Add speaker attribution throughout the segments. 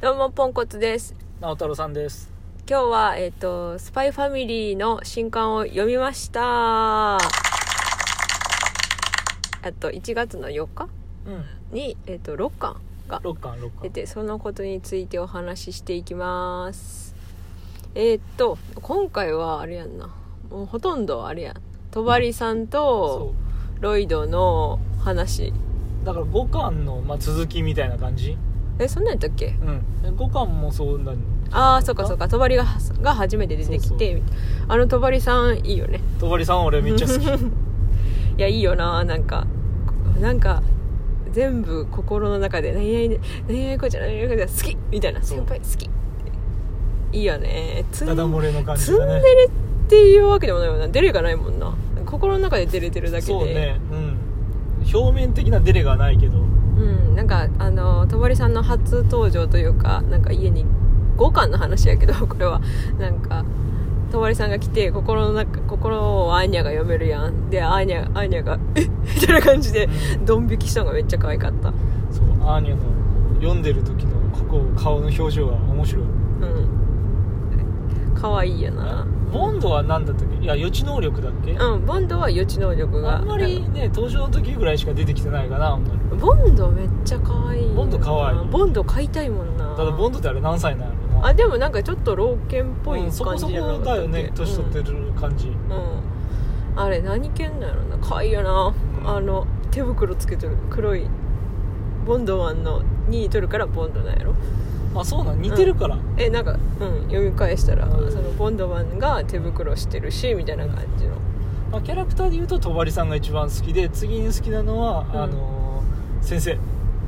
Speaker 1: どうもポンコツです
Speaker 2: 直太郎さんです
Speaker 1: 今日はえっ、とスパイファミリーの新刊を読みましたあと1月の4日
Speaker 2: うん
Speaker 1: にえっ、と6巻が
Speaker 2: 6巻6
Speaker 1: 出
Speaker 2: 巻
Speaker 1: てそのことについてお話ししていきますえっ、と今回はあれやんなもうほとんどあれやん戸張さんと
Speaker 2: そ
Speaker 1: ロイドの話
Speaker 2: うだから5巻の、まあ、続きみたいな感じ
Speaker 1: えそんなんやったっけ
Speaker 2: うん5巻もそうなん
Speaker 1: ああそっかそっか戸張がが初めて出てきてみたいなあの戸張さんいいよね
Speaker 2: 戸張さん俺めっちゃ好き
Speaker 1: いやいいよななんかなんか全部心の中で「何々何々こちゃん何々こちゃん好き!」みたいな「
Speaker 2: そう
Speaker 1: 先輩好き!」っていいよねつん
Speaker 2: ダダ漏れの感じ
Speaker 1: ツン
Speaker 2: がね
Speaker 1: デレっていうわけでもないもんなデレがないもんな心の中でデレてるだけで
Speaker 2: そうねうん表面的なデレがないけど
Speaker 1: うんなんかあの戸張さんの初登場というかなんか家に5巻の話やけどこれはなんか戸張さんが来て心の中心をアーニャが読めるやんでアーニャアーニャが「えみたいな感じで
Speaker 2: う
Speaker 1: ドン引きしたのがめっちゃ可愛かった
Speaker 2: そうアーニャの読んでる時のここ顔の表情が面白い
Speaker 1: うん可愛いやな
Speaker 2: ボンドは何だったっけいや予知能力だっけ、
Speaker 1: うんボンドは予知能力が
Speaker 2: あんまりね登場の時ぐらいしか出てきてないかなあんまり
Speaker 1: ボンドめっちゃ可愛いよな
Speaker 2: ボンド可愛い
Speaker 1: ボンド買いたいもんな
Speaker 2: ただボンドってあれ何歳なの
Speaker 1: あでもなんかちょっと老犬っぽい
Speaker 2: うん
Speaker 1: 感じ
Speaker 2: そこそこ
Speaker 1: じゃなかったっ
Speaker 2: だよね
Speaker 1: け
Speaker 2: 年取ってる感じ、
Speaker 1: うんあれ何犬なんやろな可愛いよな、
Speaker 2: うん
Speaker 1: あの手袋つけてる黒いボンドマンの2位取るからボンドなんやろ
Speaker 2: あそうなん似てるから、
Speaker 1: えなんか、うん、読み返したら、
Speaker 2: うん
Speaker 1: そのボンドマンが手袋してるしみたいな感じの
Speaker 2: まあ、キャラクターでいうと戸張さんが一番好きで次に好きなのは、
Speaker 1: うん
Speaker 2: あのー先生エ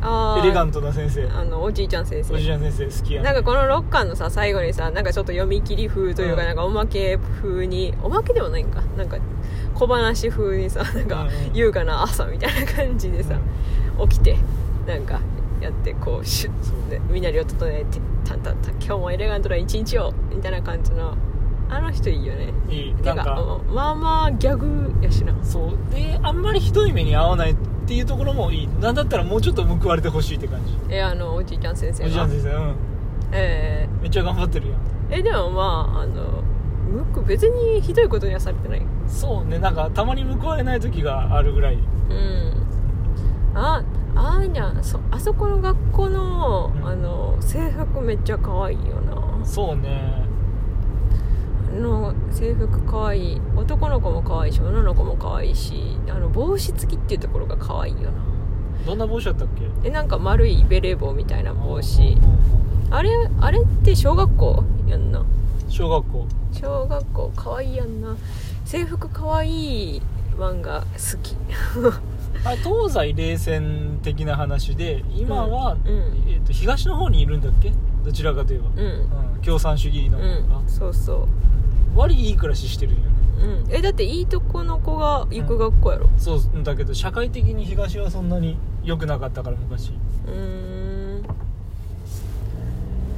Speaker 1: あー
Speaker 2: レガントな先生
Speaker 1: あのおじいちゃん先生
Speaker 2: おじいちゃん先生好きや
Speaker 1: なん
Speaker 2: か
Speaker 1: かこの6巻のさ最後にさなんかちょっと読み切り風というか、
Speaker 2: うん
Speaker 1: なんかおまけ風におまけでもないんかなんか小話風にさなんか
Speaker 2: うんうん
Speaker 1: 優雅な朝みたいな感じでさ、起きてなんかやってこうシュ
Speaker 2: そう
Speaker 1: ッて身なりを整えて「たんたんたん今日もエレガントな一日を」みたいな感じのあの人いいよね
Speaker 2: いい
Speaker 1: て
Speaker 2: な
Speaker 1: か
Speaker 2: んか
Speaker 1: うんまあまあギャグやしな
Speaker 2: そうであんまりひどい目に遭わないっていうところもいいなんだったらもうちょっと報われてほしいって感じ
Speaker 1: えあのおじいちゃん先生
Speaker 2: おじいちゃん
Speaker 1: が
Speaker 2: 先生うん
Speaker 1: え
Speaker 2: めっちゃ頑張ってるやん
Speaker 1: ーえでもまああのムック別にひどいことにはされてない
Speaker 2: そうねなんかたまに報われない時があるぐらい
Speaker 1: うんああーにゃんそあそこの学校の,、
Speaker 2: うん
Speaker 1: あの制服めっちゃ可愛いよな
Speaker 2: そうね
Speaker 1: あの制服可愛い男の子も可愛いし女の子も可愛いしあの帽子付きっていうところが可愛いよな
Speaker 2: どんな帽子だったっけ
Speaker 1: えなんか丸いベレー帽みたいな帽
Speaker 2: うん
Speaker 1: 子
Speaker 2: うん
Speaker 1: あれあれって小学校やんな
Speaker 2: うん小学校
Speaker 1: 小学校可愛いやんな制服可愛い漫画好き
Speaker 2: あれ東西冷戦的な話で今は、
Speaker 1: うんうん
Speaker 2: えー、と東の方にいるんだっけどちらかといえば、
Speaker 1: うん
Speaker 2: うん共産主義の
Speaker 1: う
Speaker 2: 方が、
Speaker 1: んそうそう
Speaker 2: 割いい暮らししてるんよね
Speaker 1: うん、えだっていいとこの子が行く学校やろ
Speaker 2: そうだけど社会的に東はそんなに良くなかったから昔
Speaker 1: うーん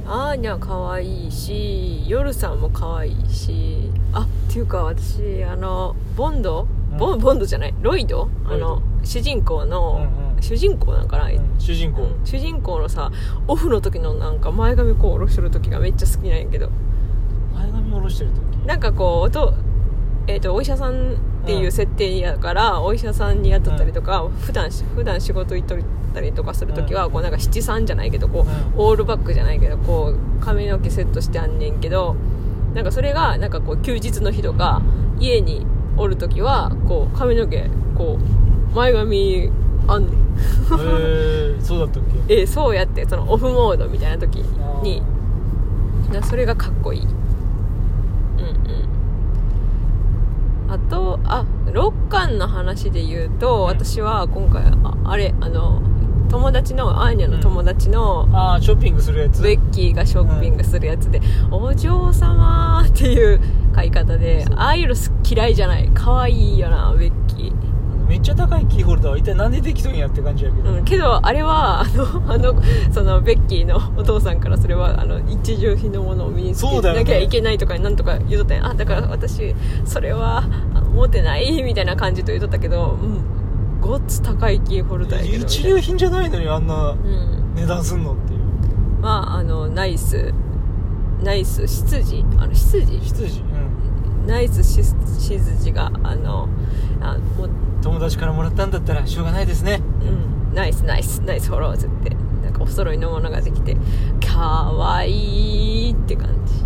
Speaker 1: アーニャ可愛いしヨルさんも可愛いしあっていうか私あのボンド、
Speaker 2: うん
Speaker 1: ボンボンドじゃないロイド
Speaker 2: ロイド
Speaker 1: あの主人公の、
Speaker 2: うんうん
Speaker 1: 主人公なんかな、
Speaker 2: うん主人公、
Speaker 1: うん主人公のさオフの時のなんか前髪こう下ろしてる時がめっちゃ好きなんやけど
Speaker 2: 前髪下ろしてる時
Speaker 1: なんかこうと,、えー、とお医者さんっていう設定やから、お医者さんに雇ったりとか、普段し普段仕事行っとったりとかする時は、
Speaker 2: うん
Speaker 1: こうなんか七三じゃないけどこう、
Speaker 2: うん
Speaker 1: オールバックじゃないけどこう髪の毛セットしてあんねんけどなんかそれがなんかこう休日の日とか家におる時はこう髪の毛こう前髪あんねん。
Speaker 2: へえそうだったっけ
Speaker 1: えーそうやってそのオフモードみたいな時になそれがかっこいいうんうんあとあ6巻の話で言うと、
Speaker 2: うん
Speaker 1: 私は今回ああれあの友達のアーニャの友達の、
Speaker 2: ああショッピングするやつ
Speaker 1: ベッキーがショッピングするやつで、お嬢様っていう買い方で
Speaker 2: そう
Speaker 1: ああいうの嫌いじゃない可愛いよなベッキー
Speaker 2: めっちゃ高いキーホルダーは一体なんでできとんやって感じやけど、
Speaker 1: うん、けどあれはあのあ のそのベッキーのお父さんからそれはあの一重品のものを身につ
Speaker 2: そ
Speaker 1: け
Speaker 2: うだよね
Speaker 1: なきゃいけないとかなんとか言うとったんやあだから私それはあ持てないみたいな感じと言うとったけどうんごっつ高いキーホルダーやけどみた
Speaker 2: 一
Speaker 1: いな
Speaker 2: 流品じゃないのにあんな値段すんのっていう、
Speaker 1: うまああのナイスナイス執事あの執事
Speaker 2: 羊、うん、
Speaker 1: ナイスし執事があのあもう
Speaker 2: 友達からもらったんだったらしょうがないですね
Speaker 1: うん、ナイスナイスナイスフォローズってなんかお揃いのものができてかわいいって感じ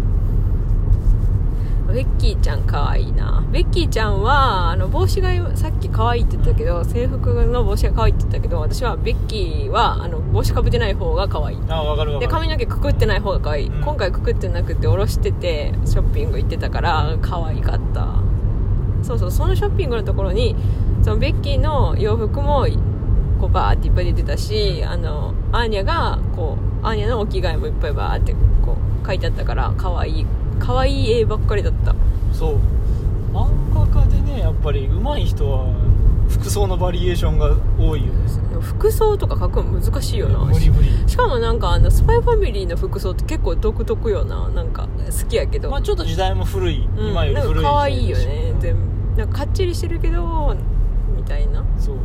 Speaker 1: ベッキーちゃんかわいいなベッキーちゃんはあの帽子がさっきかわいいって言ったけど、制服の帽子がかわいいって言ったけど私はベッキーはあの帽子かぶってない方がかわいい
Speaker 2: あわかるわ
Speaker 1: で
Speaker 2: かる
Speaker 1: 髪の毛くくってない方がかわいい、
Speaker 2: うん
Speaker 1: 今回くくってなくて下ろしててショッピング行ってたから可愛かったそうそうそのショッピングのところにそのベッキーの洋服もこうバーっていっぱい出てたしあのアーニャがこうアーニャのお着替えもいっぱいバーってこう書いてあったから可愛い可愛い絵ばっかりだった
Speaker 2: そう漫画家でねやっぱり上手い人は服装のバリエーションが多いよね
Speaker 1: 服装とか書くの難しいよな
Speaker 2: 無理無理
Speaker 1: しかもなんかあのスパイファミリーの服装って結構独特よななんか好きやけど
Speaker 2: まあちょっと時代も古い、
Speaker 1: うん
Speaker 2: 今より
Speaker 1: なん
Speaker 2: 古
Speaker 1: か
Speaker 2: い
Speaker 1: 可愛いよね
Speaker 2: 時代だし
Speaker 1: 全部なんかかっちりしてるけどみたいな
Speaker 2: そう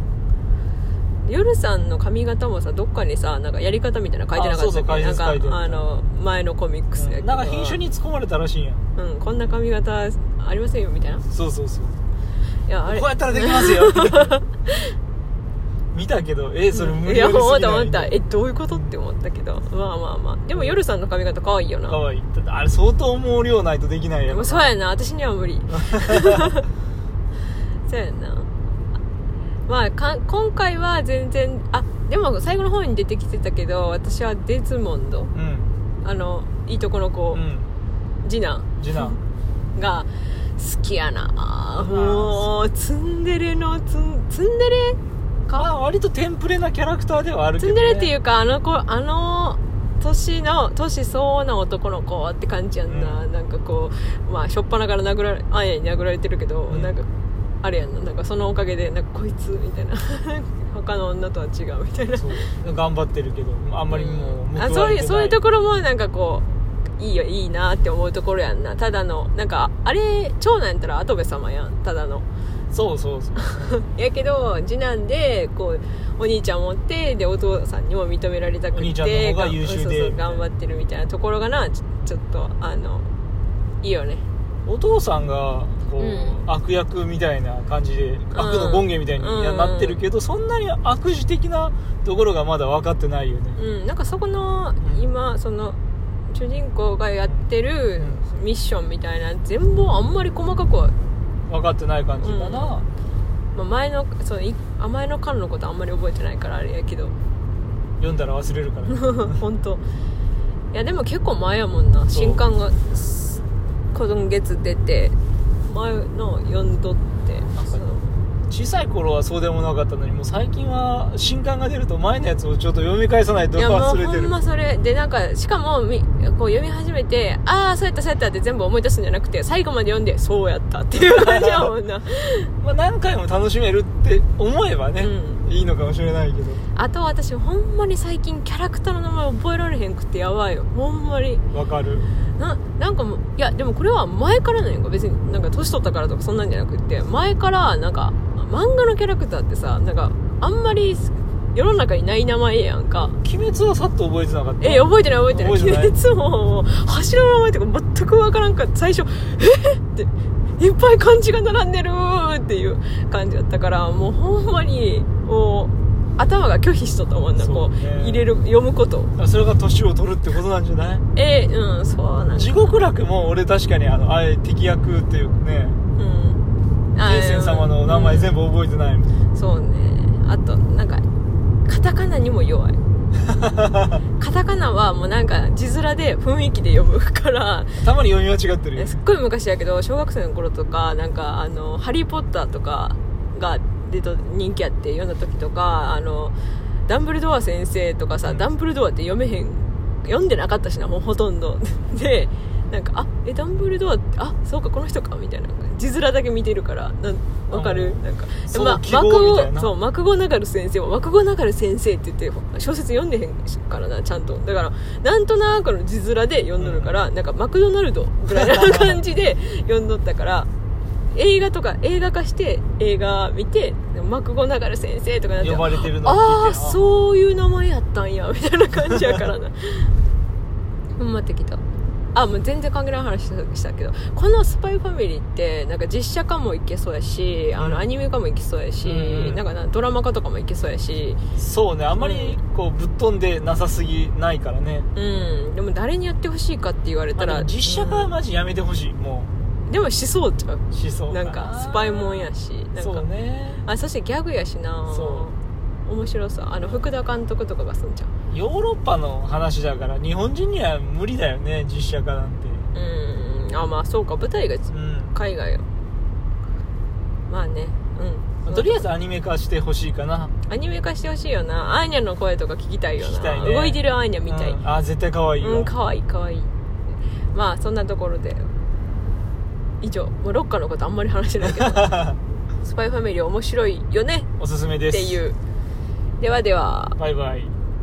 Speaker 1: 夜さんの髪型もさどっかにさなんかやり方みたいなの書いてなかったっけ
Speaker 2: あそうそう解
Speaker 1: なん
Speaker 2: 説書いてる
Speaker 1: かあの前のコミックスやけど、
Speaker 2: なんか品種に突っ込まれたらしいんや
Speaker 1: うんこんな髪型ありませんよみたいな
Speaker 2: そうそうそう
Speaker 1: いやあれ
Speaker 2: こうやったらできますよ 見たけどえそれ無
Speaker 1: い
Speaker 2: 理
Speaker 1: や
Speaker 2: やりすぎ
Speaker 1: 思
Speaker 2: な
Speaker 1: った思った
Speaker 2: い
Speaker 1: えどういうことって思ったけどまあまあまあでも夜さんの髪型可愛いよな
Speaker 2: かわいいだってあれ相当毛量ないとできないや
Speaker 1: も
Speaker 2: ろ
Speaker 1: うそうやな私には無理 そうやなまあか今回は全然あでも最後の方に出てきてたけど私はデズモンド
Speaker 2: うん
Speaker 1: あのいいとこの子、
Speaker 2: うん
Speaker 1: 次男
Speaker 2: 次男
Speaker 1: が好きやな
Speaker 2: ー
Speaker 1: もうツンデレのツンツンデレ
Speaker 2: まあ割とテンプレなキャラクターではある
Speaker 1: ツ
Speaker 2: けど、
Speaker 1: ン
Speaker 2: ね、
Speaker 1: デレっていうかあの子あの年の年相応な男の子って感じやんな、
Speaker 2: う
Speaker 1: なんかこうまあしょっぱなから殴られあんやに殴られてるけど、
Speaker 2: うん
Speaker 1: なんかあれやんななんかそのおかげでなんかこいつみたいな 他の女とは違うみたいな
Speaker 2: そう頑張ってるけどあんまりもう報われてない、
Speaker 1: あそういうそういうと
Speaker 2: ろ
Speaker 1: ころもなんかこういいよいいなって思うところやんなただのなんかあれ長男やったら跡部様やんただの
Speaker 2: そうそうそう
Speaker 1: やけど次男でこうお兄ちゃん持ってでお父さんにも認められたくて
Speaker 2: お兄ちゃんの方が優秀で
Speaker 1: そうそうそう
Speaker 2: みたいな
Speaker 1: 頑張ってるみたいなところがなちょちょっとあのいいよね
Speaker 2: お父さんがこう、
Speaker 1: うん
Speaker 2: 悪役みたいな感じで悪の権限みたいに
Speaker 1: うん
Speaker 2: なってるけど、そんなに悪事的なところがまだ分かってないよね、
Speaker 1: うんなんかそこの
Speaker 2: うん
Speaker 1: 今その主人公がやってるミッションみたいな全部あんまり細かくは、
Speaker 2: 分かってない感じかな、
Speaker 1: まあ、前のそのいあ前の間のことあんまり覚えてないからあれやけど
Speaker 2: 読んだら忘れるから、 ね、
Speaker 1: 本当いやでも結構前やもんな
Speaker 2: そう
Speaker 1: 新刊がす今月出て前の読んどって
Speaker 2: あそう
Speaker 1: そう
Speaker 2: 小さい頃はそうでもなかったのにもう最近は新刊が出ると前のやつをちょっと読み返さないと
Speaker 1: いやも
Speaker 2: 忘
Speaker 1: う
Speaker 2: れて
Speaker 1: ほ
Speaker 2: る
Speaker 1: んまそれでなんかしかもみこう読み始めてああそうやったそうやったって全部思い出すんじゃなくて最後まで読んでそうやったっていう感じやもん な
Speaker 2: まあ、何回も楽しめるって思えばね、
Speaker 1: う
Speaker 2: いいのかもしれないけど
Speaker 1: あと私ほんまに最近キャラクターの名前覚えられへんくてやばいよほんまに
Speaker 2: わかる
Speaker 1: ななんかもういやでもこれは前からなんやんか別になんか年取ったからとかそんなんじゃなくって前からなんか漫画のキャラクターってさなんかあんまり世の中にない名前やんか
Speaker 2: 鬼滅はさっと覚えてなかった
Speaker 1: え覚えてない覚え てない
Speaker 2: 覚えてない
Speaker 1: 鬼滅ももう柱の名前とか全くわからんかった最初えっっていっぱい漢字が並んでるっていう感じだったからもうほんまにもう頭が拒否しとったもんな
Speaker 2: そう
Speaker 1: こ
Speaker 2: ね
Speaker 1: う入れる読むこと
Speaker 2: あそれが年を取るってことなんじゃない
Speaker 1: えうんそうなん
Speaker 2: 地獄楽も俺確かにあのあれ敵役っていうかね
Speaker 1: うんあ
Speaker 2: 聖戦様の名前全部覚えてないもん、
Speaker 1: うんそうねあとなんかカタカナにも 弱いカタカナはもうなんか字面で雰囲気で読むから
Speaker 2: たまに読み間違ってるよ
Speaker 1: えすっごい昔やけど小学生の頃とかなんかあの「ハリー・ポッター」とかが出と人気あって読んだ時とかあのダンブルドア先生とかさ、
Speaker 2: うん
Speaker 1: ダンブルドアって読めへん読んでなかったしなもうほとんど でなんか「あえダンブルドアってあそうかこの人か」みたいな字面だけ見てるからなんわかる
Speaker 2: うん
Speaker 1: なんか
Speaker 2: そう
Speaker 1: まあ
Speaker 2: 記号
Speaker 1: 幕
Speaker 2: み
Speaker 1: を
Speaker 2: たいな
Speaker 1: そう幕語ながる先生は幕語ながる先生って言って小説読んでへんからなちゃんとだからなんとなくの字面で読んどるから、なんかマクドナルドぐらいな感じで読んどったから映画とか映画化して映画見て幕語ながる先生とかなって
Speaker 2: 呼ばれてるのを聞いて
Speaker 1: ああそういう名前やったんやみたいな感じやからな頑張ってきたあもう全然関係ない話したしたけどこの「スパイファミリーってなんか実写化もいけそうやしあ
Speaker 2: うん
Speaker 1: のアニメ化もいけそうやし、
Speaker 2: うん
Speaker 1: なんかなドラマ化とかもいけそうやし
Speaker 2: そうねあんまりこうぶっ飛んでなさすぎないからね
Speaker 1: うんでも誰にやってほしいかって言われ
Speaker 2: ま
Speaker 1: た
Speaker 2: あで
Speaker 1: ら
Speaker 2: も実写化はマジやめてほしいも
Speaker 1: うんでもしそうちゃう
Speaker 2: うしそう
Speaker 1: なんかスパイもんやしなん
Speaker 2: そ
Speaker 1: か
Speaker 2: うね
Speaker 1: あそしてギャグやしな
Speaker 2: そ
Speaker 1: 面白さあの福田監督とかがすんじゃん
Speaker 2: ヨーロッパの話だから日本人には無理だよね実写化なんて
Speaker 1: うんあまあそうか舞台が
Speaker 2: うん
Speaker 1: 海外よまあねうん
Speaker 2: とりあえずアニメ化してほしいかな
Speaker 1: アニメ化してほしいよなアーニャの声とか聞きたいよ
Speaker 2: 聞きたい
Speaker 1: な、
Speaker 2: ね
Speaker 1: 動いてるアーニャみたい
Speaker 2: うんあ絶対可愛いわ、
Speaker 1: うんかわいいかわいいまあそんなところで以上もうロッカのことあんまり話してないけ どスパイファミリー面白いよね
Speaker 2: おすすめで
Speaker 1: っ
Speaker 2: す
Speaker 1: ていうではでは
Speaker 2: バイバイ